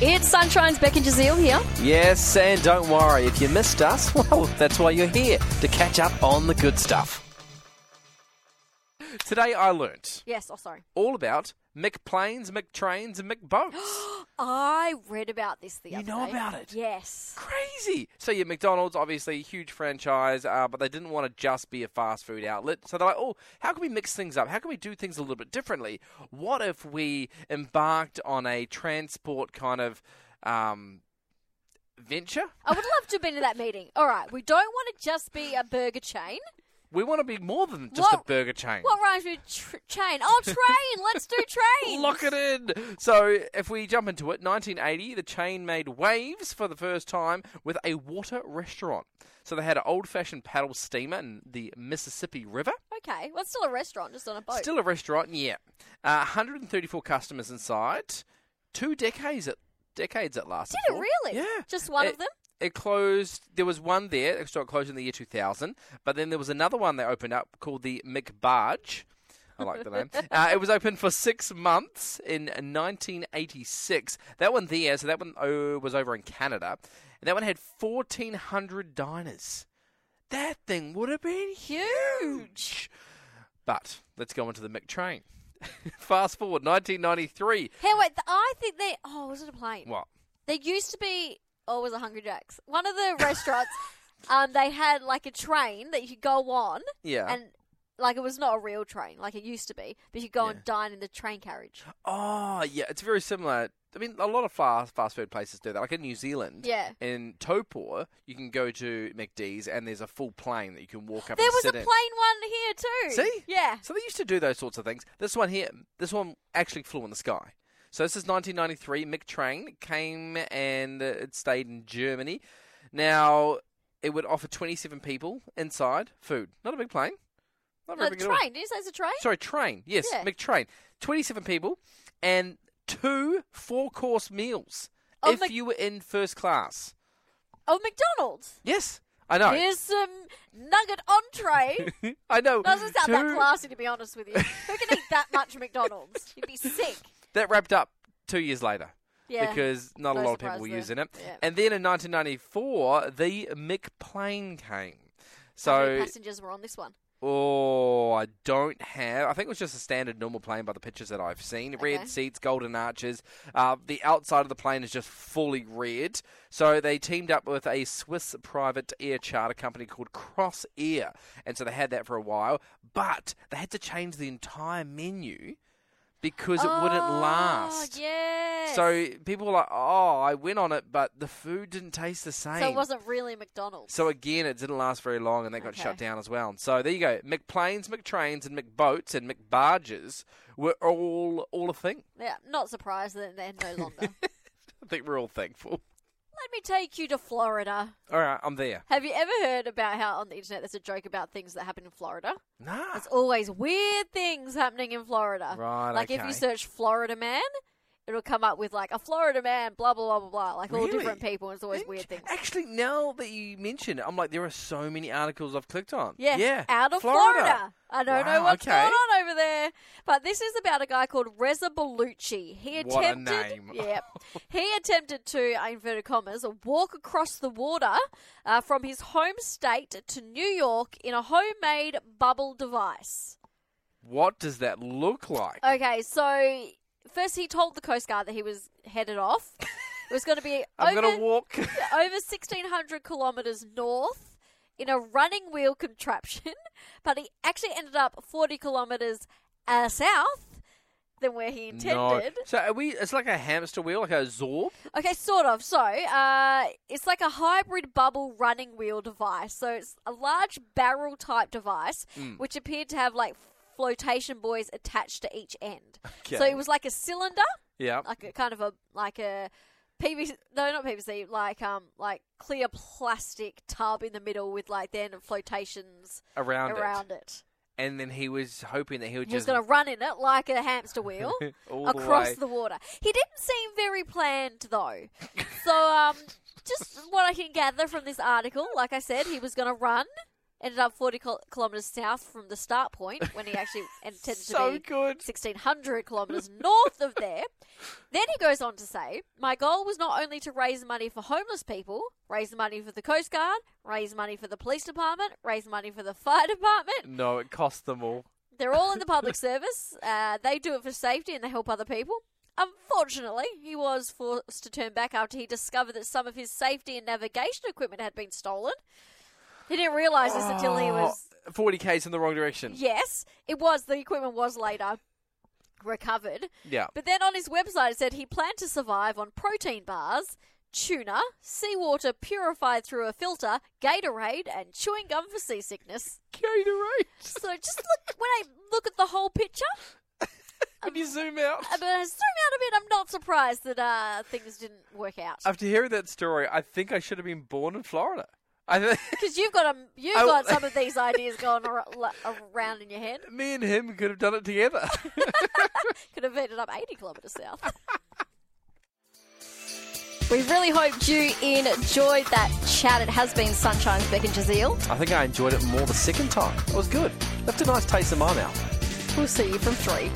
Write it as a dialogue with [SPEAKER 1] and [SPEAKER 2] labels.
[SPEAKER 1] It's Sunshine's Becky Jazeel here.
[SPEAKER 2] Yes, and don't worry, if you missed us, well, that's why you're here, to catch up on the good stuff. Today I learnt
[SPEAKER 1] Yes, oh, sorry.
[SPEAKER 2] all about McPlanes, McTrains, and McBoats.
[SPEAKER 1] I read about this the
[SPEAKER 2] You
[SPEAKER 1] other day.
[SPEAKER 2] know about it?
[SPEAKER 1] Yes.
[SPEAKER 2] Crazy! So, yeah, McDonald's, obviously, huge franchise, uh, but they didn't want to just be a fast food outlet. So they're like, oh, how can we mix things up? How can we do things a little bit differently? What if we embarked on a transport kind of um, venture?
[SPEAKER 1] I would love to have been to that meeting. All right, we don't want to just be a burger chain.
[SPEAKER 2] We want to be more than just a
[SPEAKER 1] What-
[SPEAKER 2] burger chain.
[SPEAKER 1] What rhymes with tr- chain? Oh, train! Let's do train!
[SPEAKER 2] Lock it in. So, if we jump into it, 1980, the chain made waves for the first time with a water restaurant. So, they had an old fashioned paddle steamer in the Mississippi River.
[SPEAKER 1] Okay, well, it's still a restaurant, just on a boat.
[SPEAKER 2] Still a restaurant, yeah. Uh, 134 customers inside. Two decades it, decades it lasted.
[SPEAKER 1] Did it
[SPEAKER 2] for.
[SPEAKER 1] really?
[SPEAKER 2] Yeah. Eh.
[SPEAKER 1] Just one
[SPEAKER 2] It-
[SPEAKER 1] of them?
[SPEAKER 2] It closed. There was one there. It started closed in the year 2000. But then there was another one they opened up called the McBarge. I like the name. Uh, it was open for six months in 1986. That one there, so that one oh, was over in Canada. And that one had 1,400 diners. That thing would have been huge. But let's go on to the McTrain. Fast forward 1993.
[SPEAKER 1] Hey, wait, th- I think they. Oh, was it a plane?
[SPEAKER 2] What?
[SPEAKER 1] There used to be, or was it Hungry Jack's? One of the restaurants, um, they had like a train that you could go on,
[SPEAKER 2] Yeah.
[SPEAKER 1] and like it was not a real train, like it used to be, but you could go and dine in the train carriage.
[SPEAKER 2] Oh, yeah, it's very similar. I mean, a lot of fast fast food places do that. Like in New Zealand,
[SPEAKER 1] Yeah.
[SPEAKER 2] In Topor, you can go to McD's and there's a full plane that you can walk up.
[SPEAKER 1] There
[SPEAKER 2] and
[SPEAKER 1] was a
[SPEAKER 2] sit
[SPEAKER 1] plain
[SPEAKER 2] in.
[SPEAKER 1] one here too.
[SPEAKER 2] See?
[SPEAKER 1] Yeah.
[SPEAKER 2] So they used to do those sorts of things. This one here, this one actually flew in the sky. So this is 1993. McTrain came and uh, it stayed in Germany. Now it would offer 27 people inside food. Not a big plane. Not
[SPEAKER 1] No,
[SPEAKER 2] very
[SPEAKER 1] the
[SPEAKER 2] big at all.
[SPEAKER 1] train. Did you say it's a train?
[SPEAKER 2] Sorry, train. Yes,
[SPEAKER 1] Yeah.
[SPEAKER 2] McTrain. 27 people and two four course meals
[SPEAKER 1] Oh,
[SPEAKER 2] if
[SPEAKER 1] Mc-
[SPEAKER 2] you were in first class.
[SPEAKER 1] Oh, McDonald's.
[SPEAKER 2] Yes, I know.
[SPEAKER 1] Here's some nugget entree.
[SPEAKER 2] I know.
[SPEAKER 1] Doesn't sound that
[SPEAKER 2] Two-
[SPEAKER 1] classy, to be honest with you. Who can eat that much McDonald's? You'd be sick.
[SPEAKER 2] That wrapped up two years later.
[SPEAKER 1] Yeah.
[SPEAKER 2] Because not a
[SPEAKER 1] No
[SPEAKER 2] lot of
[SPEAKER 1] surprise
[SPEAKER 2] people were
[SPEAKER 1] there.
[SPEAKER 2] using it.
[SPEAKER 1] Yeah.
[SPEAKER 2] And then in 1994, the McPlane came.
[SPEAKER 1] Oh, How many
[SPEAKER 2] So,
[SPEAKER 1] passengers were on this one.
[SPEAKER 2] oh, I don't have. I think it was just a standard normal plane by the pictures that I've seen.
[SPEAKER 1] Okay.
[SPEAKER 2] Red seats, golden arches. Uh, the outside of the plane is just fully red. So they teamed up with a Swiss private air charter company called Cross Air. And so they had that for a while. But they had to change the entire menu because it wouldn't
[SPEAKER 1] Oh,
[SPEAKER 2] last.
[SPEAKER 1] Yes.
[SPEAKER 2] So people were like, "Oh, I went on it, but the food didn't taste the same."
[SPEAKER 1] So it wasn't really McDonald's.
[SPEAKER 2] So again, it didn't last very long, and that got shut
[SPEAKER 1] Okay.
[SPEAKER 2] down as well. So there you go. McPlanes, McTrains, and McBoats and McBarges were all all a thing.
[SPEAKER 1] yeah, not surprised that they're no longer. Let
[SPEAKER 2] I think we're all thankful.
[SPEAKER 1] me take you to Florida.
[SPEAKER 2] All right, I'm there.
[SPEAKER 1] Have you ever heard about how on the internet there's a joke about things that happen in Florida?
[SPEAKER 2] Nah.
[SPEAKER 1] There's always weird things happening in Florida.
[SPEAKER 2] Right,
[SPEAKER 1] Like if
[SPEAKER 2] okay.
[SPEAKER 1] you search Florida man, it'll come up with like a Florida man, blah blah blah blah blah, like all different
[SPEAKER 2] Really?
[SPEAKER 1] people. and It's always weird things.
[SPEAKER 2] Actually, now that you mention it, I'm like, there are so many articles I've clicked on.
[SPEAKER 1] Yeah,
[SPEAKER 2] yeah.
[SPEAKER 1] out of Florida.
[SPEAKER 2] Florida.
[SPEAKER 1] I don't know
[SPEAKER 2] Wow,
[SPEAKER 1] what's
[SPEAKER 2] okay.
[SPEAKER 1] going on over there, but this is about a guy called Reza Bellucci. He attempted,
[SPEAKER 2] What a name.
[SPEAKER 1] yeah, he attempted to uh, inverted commas walk across the water uh, from his home state to New York in a homemade bubble device.
[SPEAKER 2] What does that look like?
[SPEAKER 1] Okay, so first he told the Coast Guard that he was headed off. It was going to be
[SPEAKER 2] I'm
[SPEAKER 1] over,
[SPEAKER 2] gonna walk.
[SPEAKER 1] over 1,600 kilometres north in a running wheel contraption, but he actually ended up 40 kilometres uh, south than where he intended.
[SPEAKER 2] no. So are we? It's like a hamster wheel, like a zorb.
[SPEAKER 1] Okay, sort of. So, uh, it's like a hybrid bubble running wheel device. So, it's a large barrel type device which appeared to have like flotation buoys attached to each end. So,
[SPEAKER 2] Okay.
[SPEAKER 1] it was like a cylinder,
[SPEAKER 2] Yeah.
[SPEAKER 1] like a kind of a like a PVC, no, not PVC, like um, like clear plastic tub in the middle with like then flotations
[SPEAKER 2] Around, it.
[SPEAKER 1] around it.
[SPEAKER 2] and then he was hoping that he would
[SPEAKER 1] He was
[SPEAKER 2] just
[SPEAKER 1] going to run in it like a hamster wheel
[SPEAKER 2] all
[SPEAKER 1] across
[SPEAKER 2] the way.
[SPEAKER 1] the water. He didn't seem very planned though. so um just what I can gather from this article, like I said, he was going to run ended up 40 kil- kilometres south from the start point when he actually intended
[SPEAKER 2] so
[SPEAKER 1] to be
[SPEAKER 2] good.
[SPEAKER 1] 1600 kilometres north of there. Then he goes on to say, My goal was not only to raise money for homeless people, raise money for the Coast Guard, raise money for the police department, raise money for the fire department.
[SPEAKER 2] No, it cost them all.
[SPEAKER 1] They're all in the public service. Uh, they do it for safety and they help other people. Unfortunately, he was forced to turn back after he discovered that some of his safety and navigation equipment had been stolen. He didn't realise this until he was
[SPEAKER 2] forty k's in the wrong direction.
[SPEAKER 1] Yes, it was. The equipment was later recovered.
[SPEAKER 2] Yeah.
[SPEAKER 1] But then on his website, it said he planned to survive on protein bars, tuna, seawater purified through a filter, Gatorade, and chewing gum for seasickness.
[SPEAKER 2] Gatorade.
[SPEAKER 1] So just look, when I look at the whole picture, Um,
[SPEAKER 2] When you zoom out.
[SPEAKER 1] but I zoom out a bit, I'm not surprised that uh, things didn't work out.
[SPEAKER 2] After hearing that story, I think I should have been born in Florida. I think
[SPEAKER 1] Because you've got a, you've
[SPEAKER 2] I-
[SPEAKER 1] got some of these ideas going ar- around in your head.
[SPEAKER 2] me and him could have done it together.
[SPEAKER 1] could have ended up 80 kilometres south. We really hoped you enjoyed that chat. It has been Sunshine's Beck and Jazeel.
[SPEAKER 2] I think I enjoyed it more the second time. It was good. Left a nice taste in my mouth.
[SPEAKER 1] We'll see you from three.